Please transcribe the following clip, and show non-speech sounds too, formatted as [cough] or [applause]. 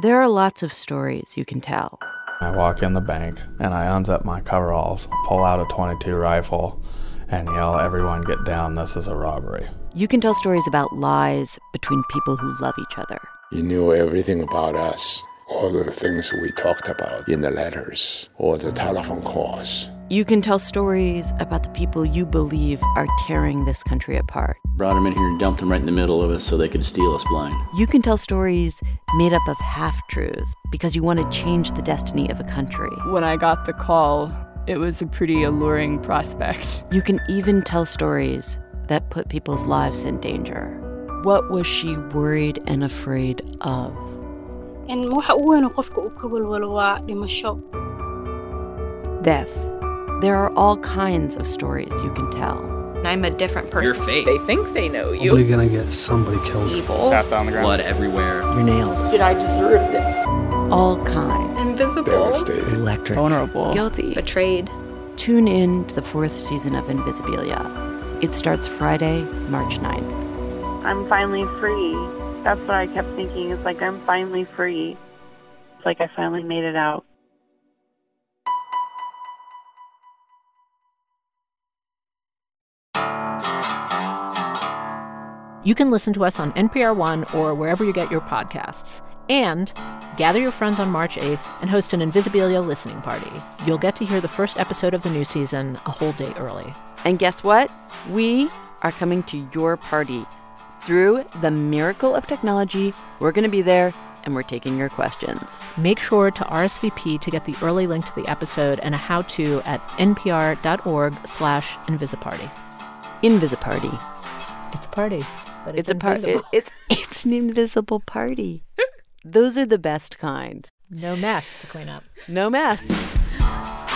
There are lots of stories you can tell. I walk in the bank and I unzip my coveralls, pull out a 22 rifle, and yell, "Everyone get down. This is a robbery." You can tell stories about lies between people who love each other. You knew everything about us, all the things we talked about in the letters or the telephone calls. You can tell stories about the people you believe are tearing this country apart. Brought them in here and dumped them right in the middle of us so they could steal us blind. You can tell stories made up of half truths because you want to change the destiny of a country. When I got the call, it was a pretty alluring prospect. You can even tell stories that put people's lives in danger. What was she worried and afraid of? Death. There are all kinds of stories you can tell. I'm a different person. You're fake. They think they know you. Probably gonna get somebody killed. Evil. Passed out on the ground. Blood everywhere. You're nailed. Did I deserve this? All kinds. Invisible. Devastated. Electric. Vulnerable. Guilty. Betrayed. Tune in to the fourth season of Invisibilia. It starts Friday, March 9th. I'm finally free. That's what I kept thinking. It's like I'm finally free. It's like I finally made it out. You can listen to us on NPR One or wherever you get your podcasts. And gather your friends on March 8th and host an Invisibilia listening party. You'll get to hear the first episode of the new season a whole day early. And guess what? We are coming to your party. Through the miracle of technology, we're going to be there and we're taking your questions. Make sure to RSVP to get the early link to the episode and a how-to at npr.org slash invisiparty. Invisiparty. It's a party. But it's, it's a party. It, it's [laughs] it's an invisible party. Those are the best kind. No mess to clean up. No mess.